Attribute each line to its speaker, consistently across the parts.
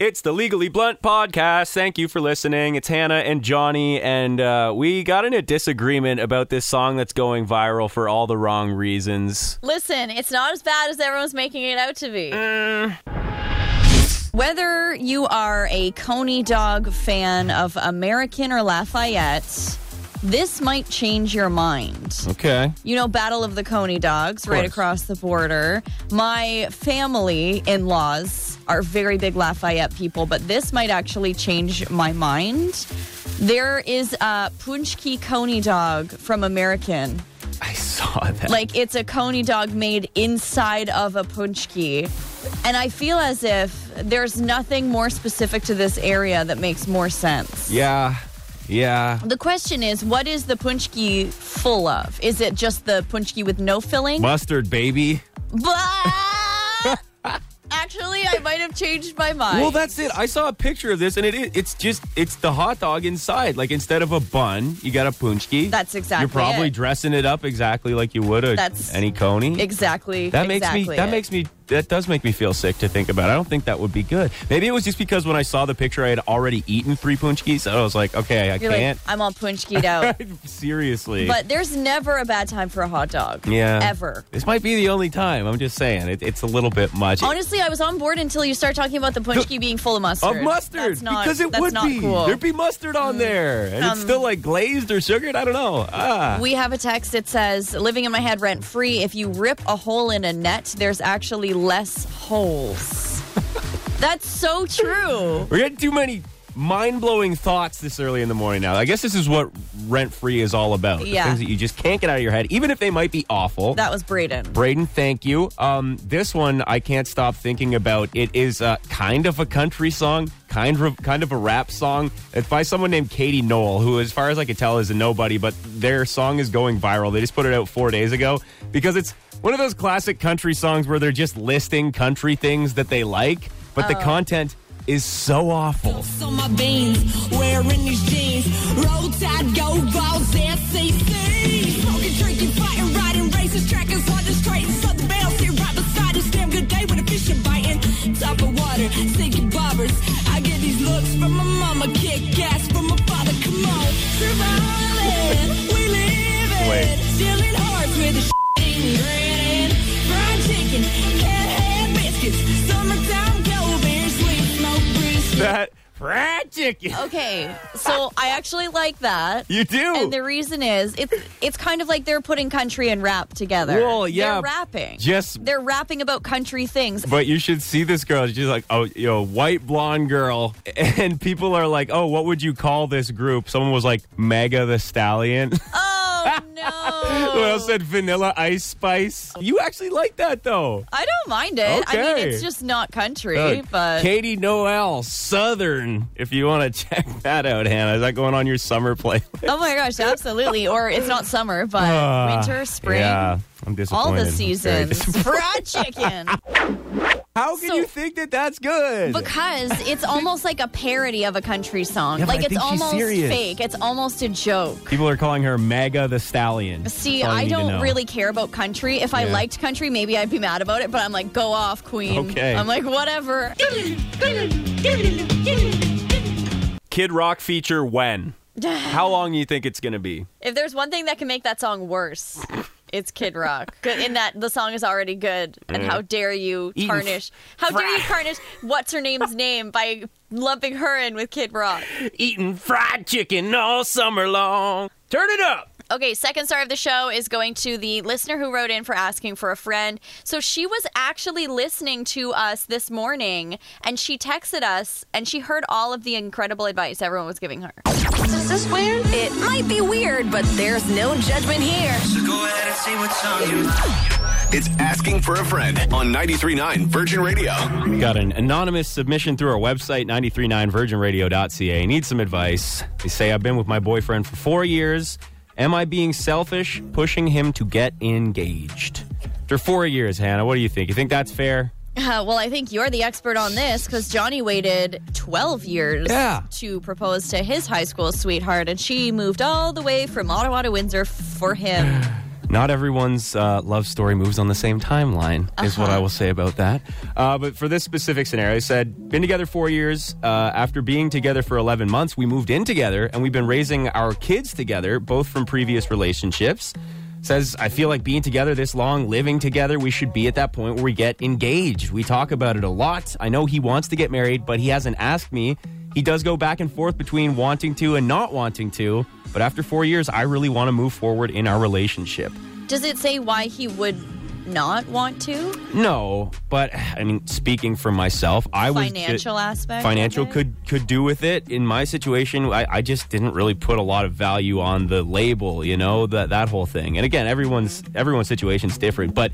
Speaker 1: It's the Legally Blunt podcast. Thank you for listening. It's Hannah and Johnny, and uh, we got in a disagreement about this song that's going viral for all the wrong reasons.
Speaker 2: Listen, it's not as bad as everyone's making it out to be. Mm. Whether you are a Coney dog fan of American or Lafayette, this might change your mind.
Speaker 1: Okay.
Speaker 2: You know, Battle of the Coney dogs right
Speaker 1: course.
Speaker 2: across the border. My family in laws are very big Lafayette people, but this might actually change my mind. There is a Punchki Coney dog from American.
Speaker 1: I saw that.
Speaker 2: Like it's a coney dog made inside of a punchki. And I feel as if there's nothing more specific to this area that makes more sense.
Speaker 1: yeah. Yeah.
Speaker 2: The question is, what is the punchki full of? Is it just the punchki with no filling?
Speaker 1: Mustard, baby.
Speaker 2: But actually, I might have changed my mind.
Speaker 1: Well, that's it. I saw a picture of this, and it is, it's just, it's the hot dog inside. Like, instead of a bun, you got a punchki.
Speaker 2: That's exactly
Speaker 1: You're probably
Speaker 2: it.
Speaker 1: dressing it up exactly like you would a,
Speaker 2: That's-
Speaker 1: any coney.
Speaker 2: exactly.
Speaker 1: That makes
Speaker 2: exactly
Speaker 1: me. That
Speaker 2: it.
Speaker 1: makes me. That does make me feel sick to think about. I don't think that would be good. Maybe it was just because when I saw the picture, I had already eaten three punchkis. So I was like, okay, I
Speaker 2: You're
Speaker 1: can't.
Speaker 2: like, I'm all punchkied out.
Speaker 1: Seriously.
Speaker 2: but there's never a bad time for a hot dog.
Speaker 1: yeah,
Speaker 2: Ever.
Speaker 1: This might be the only time. I'm just saying, it, it's a little bit much.
Speaker 2: Honestly, I was on board until you start talking about the punchki being full of mustard.
Speaker 1: of mustard
Speaker 2: That's not,
Speaker 1: because it
Speaker 2: that's
Speaker 1: would
Speaker 2: not
Speaker 1: be
Speaker 2: cool.
Speaker 1: there'd be mustard on there and it's
Speaker 2: um,
Speaker 1: still like glazed or sugared i don't know ah
Speaker 2: we have a text that says, "Living in my head rent free. If you rip a hole in a net, there's actually less holes." that's so true.
Speaker 1: we're getting too many mind-blowing thoughts this early in the morning now i guess this is what rent-free is all about The
Speaker 2: Yeah.
Speaker 1: things that you just can't get out of your head even if they might be awful
Speaker 2: That was Braden.
Speaker 1: Braden, thank you. Um, this one I can't stop thinking about. It is uh, kind of a country song, kind of kind of a rap song. It's by someone named Katie Noel, who, as far as I can tell, is a nobody. But their song is going viral. They just put it out four days ago because it's one of those classic country songs where they're just listing country things that they like, but the content is so awful.
Speaker 3: So my beans, wearing these jeans, roll tide, go balls, SCC. Smoking, drinking, fighting, riding, races, trackers on the straight. Southern belle sit right beside us. Damn good day when the fish are biting. Top of water, sinking bobbers. I get these looks from my mama, kick ass from my father. Come on, surviving, we live
Speaker 1: Wait.
Speaker 3: it. Stealing hearts with the shitting grinning. Fried chicken, cat biscuits, summertime go beer, sweet smoke breeze.
Speaker 1: That fried chicken.
Speaker 2: Oh. Okay, so I actually like that.
Speaker 1: You do.
Speaker 2: And the reason is it's it's kind of like they're putting country and rap together.
Speaker 1: Well, yeah,
Speaker 2: They're rapping.
Speaker 1: just-
Speaker 2: they're rapping about country things.
Speaker 1: But you should see this girl. She's like, oh, you know, white blonde girl. And people are like, oh, what would you call this group? Someone was like, Mega the Stallion.
Speaker 2: Oh no.
Speaker 1: Someone else said Vanilla Ice Spice. You actually like that, though.
Speaker 2: I don't mind it. I mean,
Speaker 1: Okay.
Speaker 2: it's just not country,
Speaker 1: Uh,
Speaker 2: but
Speaker 1: Katie Noel, Southern, if you want to check that out, Hannah. Is that going on your summer playlist?
Speaker 2: oh my gosh, absolutely. Or it's not summer, but Uh, winter, spring,
Speaker 1: Ah, Yeah, I'm disappointed.
Speaker 2: all the
Speaker 1: I'm very
Speaker 2: seasons.
Speaker 1: dis-
Speaker 2: Fried chicken,
Speaker 1: How can
Speaker 2: So-
Speaker 1: you think that that's good?
Speaker 2: because it's almost like a parody of a country song.
Speaker 1: Yeah, but
Speaker 2: like
Speaker 1: I
Speaker 2: it's
Speaker 1: think she's
Speaker 2: almost
Speaker 1: serious.
Speaker 2: fake. It's almost a joke.
Speaker 1: People are calling her Mega the Stallion.
Speaker 2: See,
Speaker 1: That's all you
Speaker 2: I
Speaker 1: need to
Speaker 2: don't
Speaker 1: know.
Speaker 2: really care about country. If I
Speaker 1: Yeah.
Speaker 2: liked country, maybe I'd be mad about it, but I'm like, go off, queen.
Speaker 1: Okay.
Speaker 2: I'm like, whatever.
Speaker 1: Kid Rock feature when? How long do you think it's going to be?
Speaker 2: If there's one thing that can make that song worse, it's Kid Rock. 'Cause In that the song is already good, and how dare you
Speaker 1: Eating
Speaker 2: tarnish? How dare you tarnish what's her name's name by lumping her in with Kid Rock?
Speaker 1: Eating fried chicken all summer long. Turn it up.
Speaker 2: Okay, second star of the show is going to the listener who wrote in for asking for a friend. So she was actually listening to us this morning and she texted us and she heard all of the incredible advice everyone was giving her.
Speaker 3: Is this weird? It might be weird, but there's no judgment here.
Speaker 4: Go ahead and see what's on your mind.
Speaker 5: It's Asking for a Friend on 93.9 Virgin Radio.
Speaker 1: We got an anonymous submission through our website, 939virginradio.ca. Need some advice. They say, I've been with my boyfriend for four years. Am I being selfish, pushing him to get engaged? After four years, Hannah, what do you think? You think that's fair?
Speaker 2: Uh, well, I think you're the expert on this because Johnny waited 12 years
Speaker 1: Yeah.
Speaker 2: to propose to his high school sweetheart and she moved all the way from Ottawa to Windsor f- for him.
Speaker 1: Not everyone's uh, love story moves on the same timeline, is what I will say about that. Uh, but for this specific scenario, I said, been together four years. Uh, after being together for 11 months, we moved in together and we've been raising our kids together, both from previous relationships. Says, I feel like being together this long, living together, we should be at that point where we get engaged. We talk about it a lot. I know he wants to get married, but he hasn't asked me. He does go back and forth between wanting to and not wanting to. But after four years, I really want to move forward in our relationship.
Speaker 2: Does it say why he would not want to?
Speaker 1: No, but I mean, speaking for myself, I was
Speaker 2: Financial aspect of
Speaker 1: Financial
Speaker 2: it?
Speaker 1: could could do with it. In my situation, I, I just didn't really put a lot of value on the label, you know, that that whole thing. And again, everyone's
Speaker 2: Mm-hmm.
Speaker 1: everyone's situation's different, but.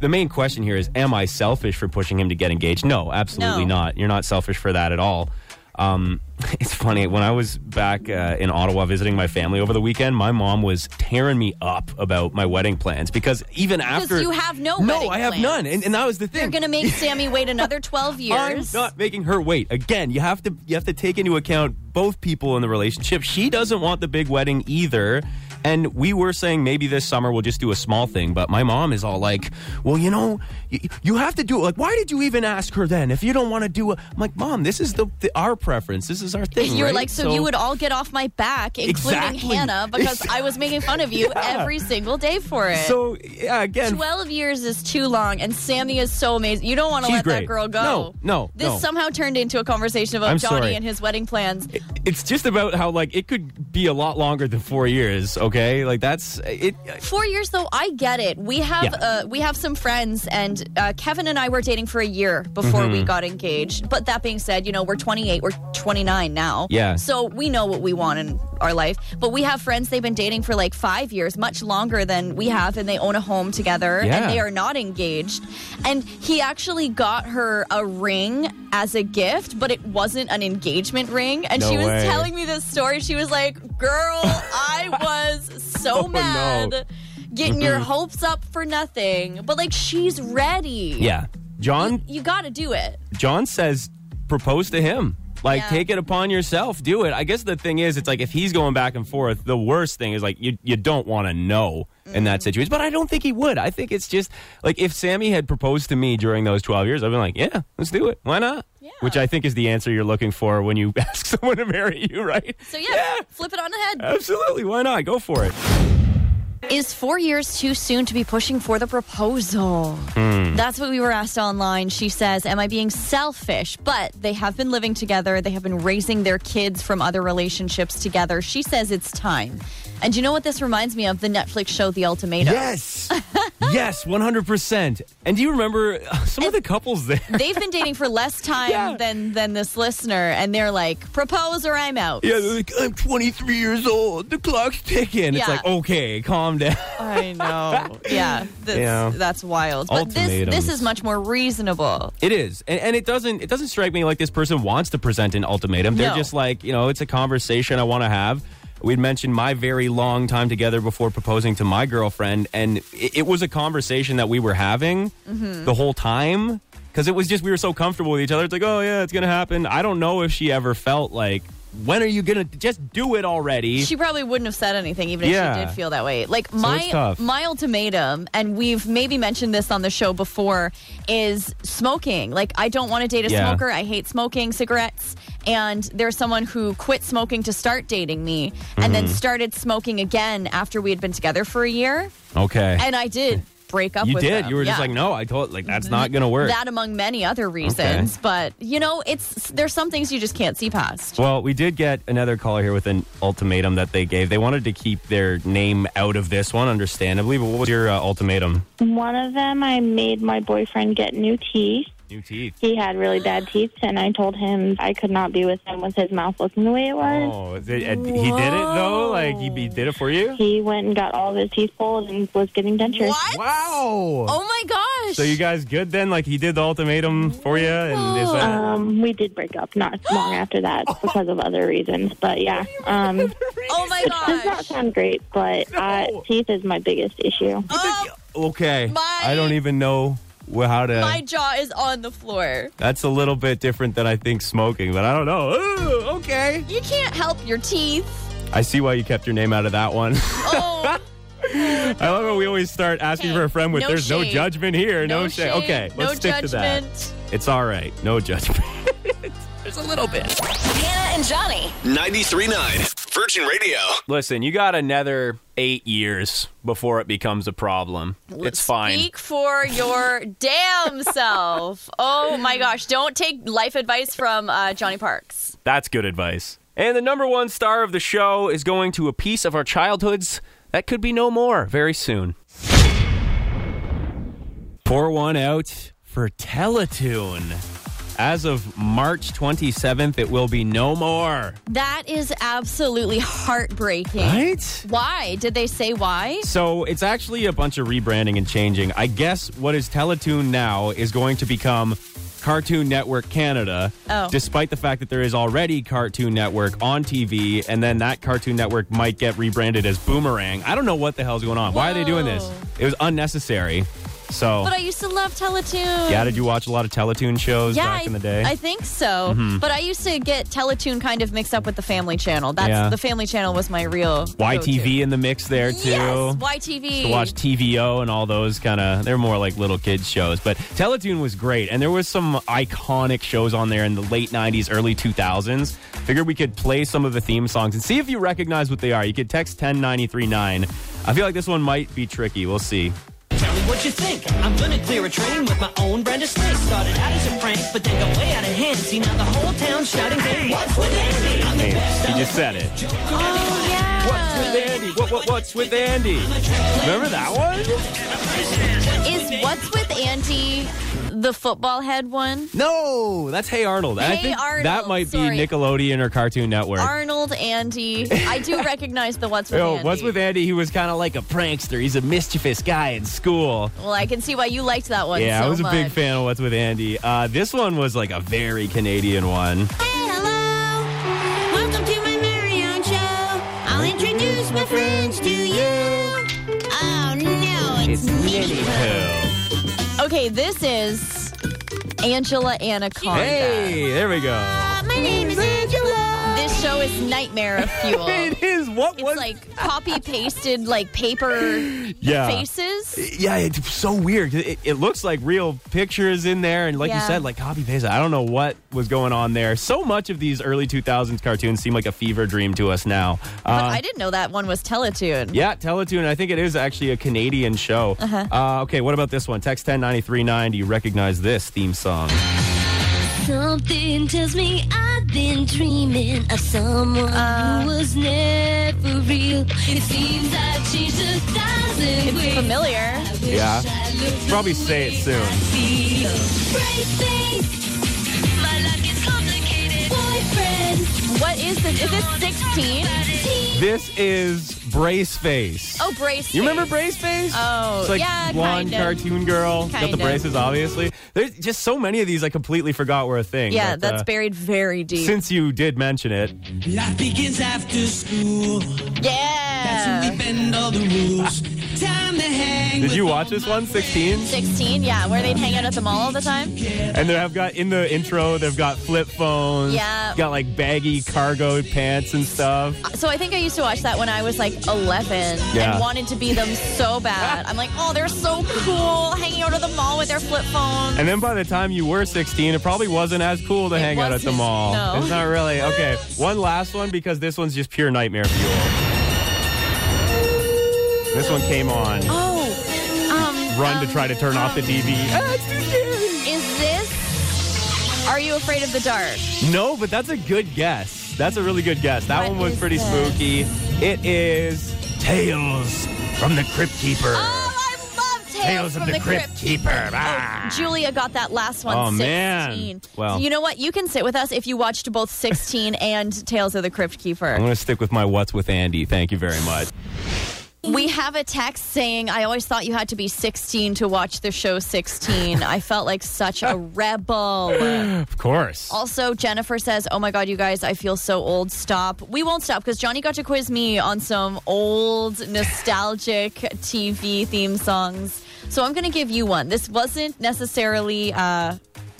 Speaker 1: The main question here is: Am I selfish for pushing him to get engaged? No, absolutely
Speaker 2: No.
Speaker 1: not. You're not selfish for that at all. Um, it's funny when I was back uh, in Ottawa visiting my family over the weekend. My mom was tearing me up about my wedding plans because even after
Speaker 2: you have no
Speaker 1: no,
Speaker 2: wedding
Speaker 1: I have
Speaker 2: plans.
Speaker 1: none, and, and that was the thing.
Speaker 2: You're going to make Sammy wait another 12
Speaker 1: I'm
Speaker 2: years.
Speaker 1: not making her wait. Again, you have to you have to take into account both people in the relationship. She doesn't want the big wedding either. And we were saying maybe this summer we'll just do a small thing, but my mom is all like, "Well, you know, you, you have to do it. Like, why did you even ask her then if you don't want to do it?" I'm like, "Mom, this is the, the our preference. This is our thing."
Speaker 2: You're
Speaker 1: right?
Speaker 2: like, so, you would all get off my back, including
Speaker 1: Exactly.
Speaker 2: Hannah, because I was making fun of you
Speaker 1: Yeah.
Speaker 2: every single day for it.
Speaker 1: So yeah, again,
Speaker 2: 12 years is too long, and Sammy is so amazing. You don't want to
Speaker 1: She's
Speaker 2: let that
Speaker 1: great.
Speaker 2: girl go.
Speaker 1: No, no,
Speaker 2: This
Speaker 1: no.
Speaker 2: somehow turned into a conversation about
Speaker 1: I'm
Speaker 2: Johnny
Speaker 1: sorry.
Speaker 2: and his wedding plans.
Speaker 1: it's just about how like it could be a lot longer than four years. Okay, like that's it.
Speaker 2: Four years, though, I get it. We have
Speaker 1: Yeah.
Speaker 2: uh, we have some friends, and uh, Kevin and I were dating for a year before
Speaker 1: Mm-hmm.
Speaker 2: we got engaged. But that being said, you know, we're 28, we're 29 now.
Speaker 1: Yeah.
Speaker 2: So we know what we want in our life. But we have friends, they've been dating for like five years, much longer than we have, and they own a home together,
Speaker 1: Yeah.
Speaker 2: and they are not engaged. And he actually got her a ring as a gift, but it wasn't an engagement ring. And
Speaker 1: No
Speaker 2: she was
Speaker 1: way.
Speaker 2: telling me this story. She was like, girl, I was so
Speaker 1: Oh, no.
Speaker 2: mad getting
Speaker 1: Mm-hmm.
Speaker 2: your hopes up for nothing but like she's ready
Speaker 1: Yeah, John
Speaker 2: you gotta do it
Speaker 1: John says propose to him. Like
Speaker 2: Yeah.
Speaker 1: take it upon yourself, do it. I guess the thing is, it's like if he's going back and forth, the worst thing is like you you don't want to know in
Speaker 2: Mm.
Speaker 1: that situation. But I don't think he would. I think it's just like if Sammy had proposed to me during those twelve years, I've been like, yeah, let's do it. Why not?
Speaker 2: Yeah.
Speaker 1: Which I think is the answer you're looking for when you ask someone to marry you, right?
Speaker 2: so yeah, flip it on the head
Speaker 1: absolutely. Why not? Go for it.
Speaker 2: is four years too soon to be pushing for the proposal
Speaker 1: Hmm.
Speaker 2: that's what we were asked online she says am i being selfish but they have been living together they have been raising their kids from other relationships together she says it's time and you know what this reminds me of the netflix show the ultimatum
Speaker 1: Yes. yes, 100%. And do you remember uh, some of the couples there?
Speaker 2: they've been dating for less time
Speaker 1: Yeah.
Speaker 2: than than this listener and they're like propose or i'm out
Speaker 1: Yeah, they're like, I'm 23 years old. The clock's ticking. It's
Speaker 2: Yeah.
Speaker 1: like, okay, calm down.
Speaker 2: i know yeah that's,
Speaker 1: Yeah.
Speaker 2: that's wild but this
Speaker 1: Ultimatums.
Speaker 2: this is much more reasonable
Speaker 1: It is, and, and it doesn't. It doesn't strike me like this person wants to present an ultimatum. They're
Speaker 2: No.
Speaker 1: just like, you know, it's a conversation I want to have. We'd mentioned my very long time together before proposing to my girlfriend, and it, it was a conversation that we were having the whole time because it was just we were so comfortable with each other. It's like, oh yeah, it's gonna happen. I don't know if she ever felt like, when are you gonna just do it already?
Speaker 2: she probably wouldn't have said anything even if
Speaker 1: Yeah.
Speaker 2: she did feel that way. Like my
Speaker 1: it's tough.
Speaker 2: my ultimatum, and we've maybe mentioned this on the show before, is smoking. Like I don't want to date a
Speaker 1: Yeah.
Speaker 2: smoker. I hate smoking cigarettes. And there's someone who quit smoking to start dating me, and
Speaker 1: Mm-hmm.
Speaker 2: then started smoking again after we had been together for a year.
Speaker 1: okay,
Speaker 2: And I did break up.
Speaker 1: you
Speaker 2: with
Speaker 1: did.
Speaker 2: them.
Speaker 1: You were just
Speaker 2: Yeah. Mm-hmm.
Speaker 1: like, no, I told like that's not gonna work.
Speaker 2: That among many other reasons, but you know, it's there's some things you just can't see past.
Speaker 1: Well, we did get another caller here with an ultimatum that they gave. They wanted to keep their name out of this one, understandably. But what was your uh, ultimatum?
Speaker 6: One of them, I made my boyfriend get new teeth.
Speaker 1: New teeth.
Speaker 6: He had really bad teeth, and I told him I could not be with him with his mouth looking the way it was.
Speaker 1: Oh, is it- uh, he did it though. Like he, he did it for you.
Speaker 6: He went and got all of his teeth pulled and was getting dentures.
Speaker 2: What?
Speaker 1: Wow.
Speaker 2: Oh my gosh!
Speaker 1: So you guys good then? Like he did the ultimatum for you, and is that
Speaker 6: Um, we did break up not long after that because of other reasons, but yeah. Um,
Speaker 2: oh my
Speaker 6: which does not
Speaker 2: gosh!
Speaker 6: sound great, but uh, teeth is my biggest issue.
Speaker 2: Oh
Speaker 1: okay?
Speaker 2: My-
Speaker 1: I don't even know wh- how to.
Speaker 2: My jaw is on the floor.
Speaker 1: That's a little bit different than I think smoking, but I don't know. Ooh, okay.
Speaker 2: You can't help your teeth.
Speaker 1: I see why you kept your name out of that one.
Speaker 2: Oh,
Speaker 1: I love how we always start asking
Speaker 2: Okay.
Speaker 1: for a friend with
Speaker 2: No
Speaker 1: "There's no
Speaker 2: shade.
Speaker 1: judgment here, no,
Speaker 2: No
Speaker 1: shade."
Speaker 2: shade,
Speaker 1: Okay,
Speaker 2: no
Speaker 1: let's stick to that.
Speaker 2: judgment.
Speaker 1: It's all right, no judgment. There's a little bit.
Speaker 7: Hannah and Johnny.
Speaker 5: 93.9 Virgin Radio.
Speaker 1: Listen, you got another eight years before it becomes a problem. it's fine.
Speaker 2: Speak for your damn self. Oh my gosh. Don't take life advice from uh, Johnny Parks.
Speaker 1: That's good advice. And the number one star of the show is going to a piece of our childhoods that could be no more very soon. Pour one out for Teletoon. As of March 27th, it will be no more.
Speaker 2: That is absolutely heartbreaking.
Speaker 1: Right?
Speaker 2: Why? Did they say why?
Speaker 1: So it's actually a bunch of rebranding and changing. I guess what is Teletoon now is going to become Cartoon Network Canada,
Speaker 2: Oh.
Speaker 1: despite the fact that there is already Cartoon Network on TV, and then that Cartoon Network might get rebranded as Boomerang. I don't know what the hell's going on. Why are they doing this?
Speaker 2: Whoa.
Speaker 1: It was unnecessary. So,
Speaker 2: But I used to love Teletoon.
Speaker 1: yeah, did you watch a lot of Teletoon shows back
Speaker 2: I,
Speaker 1: in the day? Mm-hmm.
Speaker 2: I think so. But I used to get Teletoon kind of mixed up with the Family Channel. That's
Speaker 1: Yeah.
Speaker 2: the Family Channel was my real
Speaker 1: YTV in the mix there
Speaker 2: go-to.
Speaker 1: too.
Speaker 2: Yes, YTV.
Speaker 1: to watch TVO and all those kind of they're more like little kids shows. But Teletoon was great, and there was some iconic shows on there in the late '90s, early 2000s. Figured we could play some of the theme songs and see if you recognize what they are. You could text 10939. I feel like this one might be tricky. We'll see.
Speaker 8: Tell me what you think. I'm gonna clear a train with my own brand of snake. Started out as a prank, but then got way out of hand. See now the whole town shouting, hey, what's with Andy? I'm the
Speaker 1: Hey,
Speaker 8: best.
Speaker 1: he just said it.
Speaker 2: Oh,
Speaker 1: What's
Speaker 2: yeah.
Speaker 1: with Andy? What, what, what's with Andy? Remember that one?
Speaker 2: Is What's With Andy the football head one?
Speaker 1: No, that's Hey Arnold. And I
Speaker 2: Hey
Speaker 1: think that
Speaker 2: Arnold,
Speaker 1: might
Speaker 2: sorry.
Speaker 1: be Nickelodeon or Cartoon Network.
Speaker 2: Arnold, Andy. I do recognize the What's With
Speaker 1: Yo,
Speaker 2: Andy.
Speaker 1: what's with Andy? He was kind of like a prankster. He's a mischievous guy in school.
Speaker 2: Well, I can see why you liked that one
Speaker 1: yeah,
Speaker 2: so
Speaker 1: I was a
Speaker 2: much.
Speaker 1: big fan of What's with Andy. Uh, this one was like a very Canadian one.
Speaker 3: Welcome to my Marion show. I'll introduce my friends to you. Oh no, it's, me.
Speaker 2: Okay, this is Angela Anaconda.
Speaker 1: Hey, there we go.
Speaker 3: My name is Angela.
Speaker 2: This show is nightmare fuel.
Speaker 1: It is. What
Speaker 2: It's
Speaker 1: was?
Speaker 2: like copy pasted like paper
Speaker 1: yeah.
Speaker 2: faces.
Speaker 1: Yeah, it's so weird. It, it looks like real pictures in there, and like you
Speaker 2: Yeah.
Speaker 1: said, like copy paste. I don't know what was going on there. So much of these early 2000s cartoons seem like a fever dream to us now. Uh,
Speaker 2: But I didn't know that one was Teletoon.
Speaker 1: Yeah, Teletoon. I think it is actually a Canadian show. Uh-huh. okay, what about this one? Text 10939. Do you recognize this theme song?
Speaker 9: Something tells me I've been dreaming of someone
Speaker 2: Uh.
Speaker 9: who was never real. It seems I've changed a thousand
Speaker 2: It's
Speaker 9: ways.
Speaker 2: familiar.
Speaker 1: Yeah.
Speaker 9: I looked
Speaker 1: Probably say it soon.
Speaker 9: feel. Break things. My life is complicated. Boyfriend.
Speaker 2: What is this? Is this 16?
Speaker 1: This is Braceface.
Speaker 2: Oh, brace.
Speaker 1: You
Speaker 2: face.
Speaker 1: remember Braceface?
Speaker 2: Oh,
Speaker 1: It's like
Speaker 2: yeah,
Speaker 1: blonde
Speaker 2: kinda.
Speaker 1: cartoon girl. Got the
Speaker 2: Kinda.
Speaker 1: braces, obviously. There's just so many of these I completely forgot were a thing. but,
Speaker 2: Yeah,
Speaker 1: uh,
Speaker 2: that's buried very deep.
Speaker 1: Since you did mention it,
Speaker 8: Life begins after school. That's when we
Speaker 2: yeah.
Speaker 8: bend all the rules. Time to hang.
Speaker 1: did
Speaker 8: with
Speaker 1: you
Speaker 8: all
Speaker 1: watch this
Speaker 8: my
Speaker 1: one, 16?
Speaker 2: 16, yeah, where they'd hang out at the mall all the time.
Speaker 1: And they have got in the intro, they've got flip phones.
Speaker 2: Yeah.
Speaker 1: Got like baggy cargo pants and stuff.
Speaker 2: So I think I used to watch that when I was like 11
Speaker 1: Yeah.
Speaker 2: and wanted to be them so bad. I'm like, oh, they're so cool hanging out at the mall with their flip phone.
Speaker 1: And then by the time you were 16, it probably wasn't as cool to
Speaker 2: It
Speaker 1: hang out at the
Speaker 2: wasn't,
Speaker 1: mall.
Speaker 2: no.
Speaker 1: It's not really. Okay, one last one because this one's just pure nightmare fuel. This one came on.
Speaker 2: oh, um,
Speaker 1: Run
Speaker 2: um,
Speaker 1: to try to turn off the TV.
Speaker 2: Is this? Are you afraid of the dark?
Speaker 1: No, but that's a good guess. That's a really good guess. That
Speaker 2: What
Speaker 1: one was
Speaker 2: is
Speaker 1: pretty
Speaker 2: this?
Speaker 1: spooky. It is Tales from the Crypt Keeper.
Speaker 2: Oh, I love Tales,
Speaker 1: Tales
Speaker 2: from
Speaker 1: of the, Crypt, Keeper. Ah.
Speaker 2: Julia got that last one.
Speaker 1: Oh,
Speaker 2: 16.
Speaker 1: man. Well.
Speaker 2: you know what? You can sit with us if you watched both 16 and Tales of the Crypt
Speaker 1: I'm
Speaker 2: Keeper.
Speaker 1: going to stick with my What's with Andy. Thank you very much.
Speaker 2: We have a text saying, "I always thought you had to be 16 to watch the show 16. I felt like such a rebel."
Speaker 1: Of course.
Speaker 2: Also, Jennifer says, "Oh my god, you guys, I feel so old. Stop. We won't stop because Johnny got to quiz me on some old nostalgic TV theme songs. So I'm going to give you one. This wasn't necessarily uh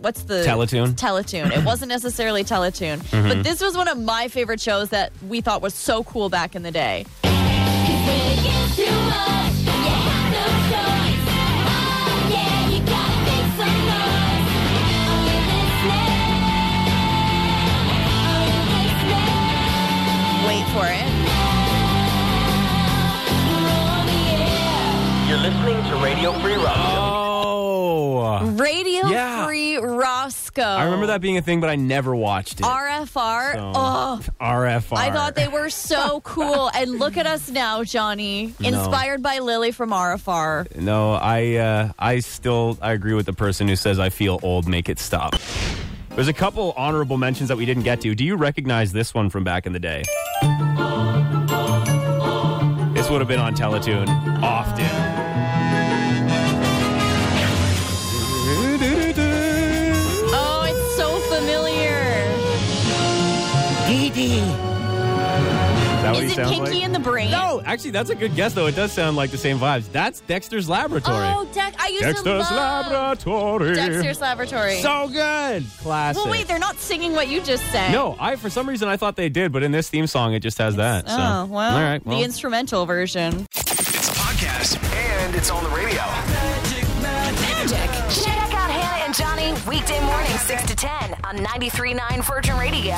Speaker 2: what's the
Speaker 1: Teletoon?
Speaker 2: Teletoon. It wasn't necessarily Teletoon, but this was one of my favorite shows that we thought was so cool back in the day.
Speaker 9: Break it to us.
Speaker 7: Radio Free Roscoe.
Speaker 1: Oh.
Speaker 2: Radio
Speaker 1: Yeah.
Speaker 2: Free Roscoe.
Speaker 1: I remember that being a thing, but I never watched it.
Speaker 2: RFR.
Speaker 1: So,
Speaker 2: Oh,
Speaker 1: RFR.
Speaker 2: I thought they were so cool. And look at us now, Johnny. Inspired by Lily from RFR.
Speaker 1: No, I uh, I still I agree with the person who says I feel old. Make it stop. There's a couple honorable mentions that we didn't get to. Do you recognize this one from back in the day? This would have been on Teletoon often.
Speaker 2: Oh, it's so familiar.
Speaker 1: Is that what he
Speaker 2: Is it
Speaker 1: sounds
Speaker 2: Kinky
Speaker 1: like?
Speaker 2: in the Brain?
Speaker 1: no, actually, that's a good guess though. It does sound like the same vibes. That's Dexter's Laboratory.
Speaker 2: Oh, Dex. I used to
Speaker 1: Dexter's
Speaker 2: love
Speaker 1: Laboratory.
Speaker 2: Dexter's Laboratory.
Speaker 1: So good. Classic.
Speaker 2: well, wait, they're not singing what you just sang.
Speaker 1: No, I for some reason I thought they did, but in this theme song it just has that. so.
Speaker 2: Oh, well,
Speaker 1: All right. Well.
Speaker 2: the instrumental version.
Speaker 5: It's a podcast and it's on the radio.
Speaker 10: Check out Hannah and Johnny weekday morning 6 to 10 on 93.9 Virgin Radio.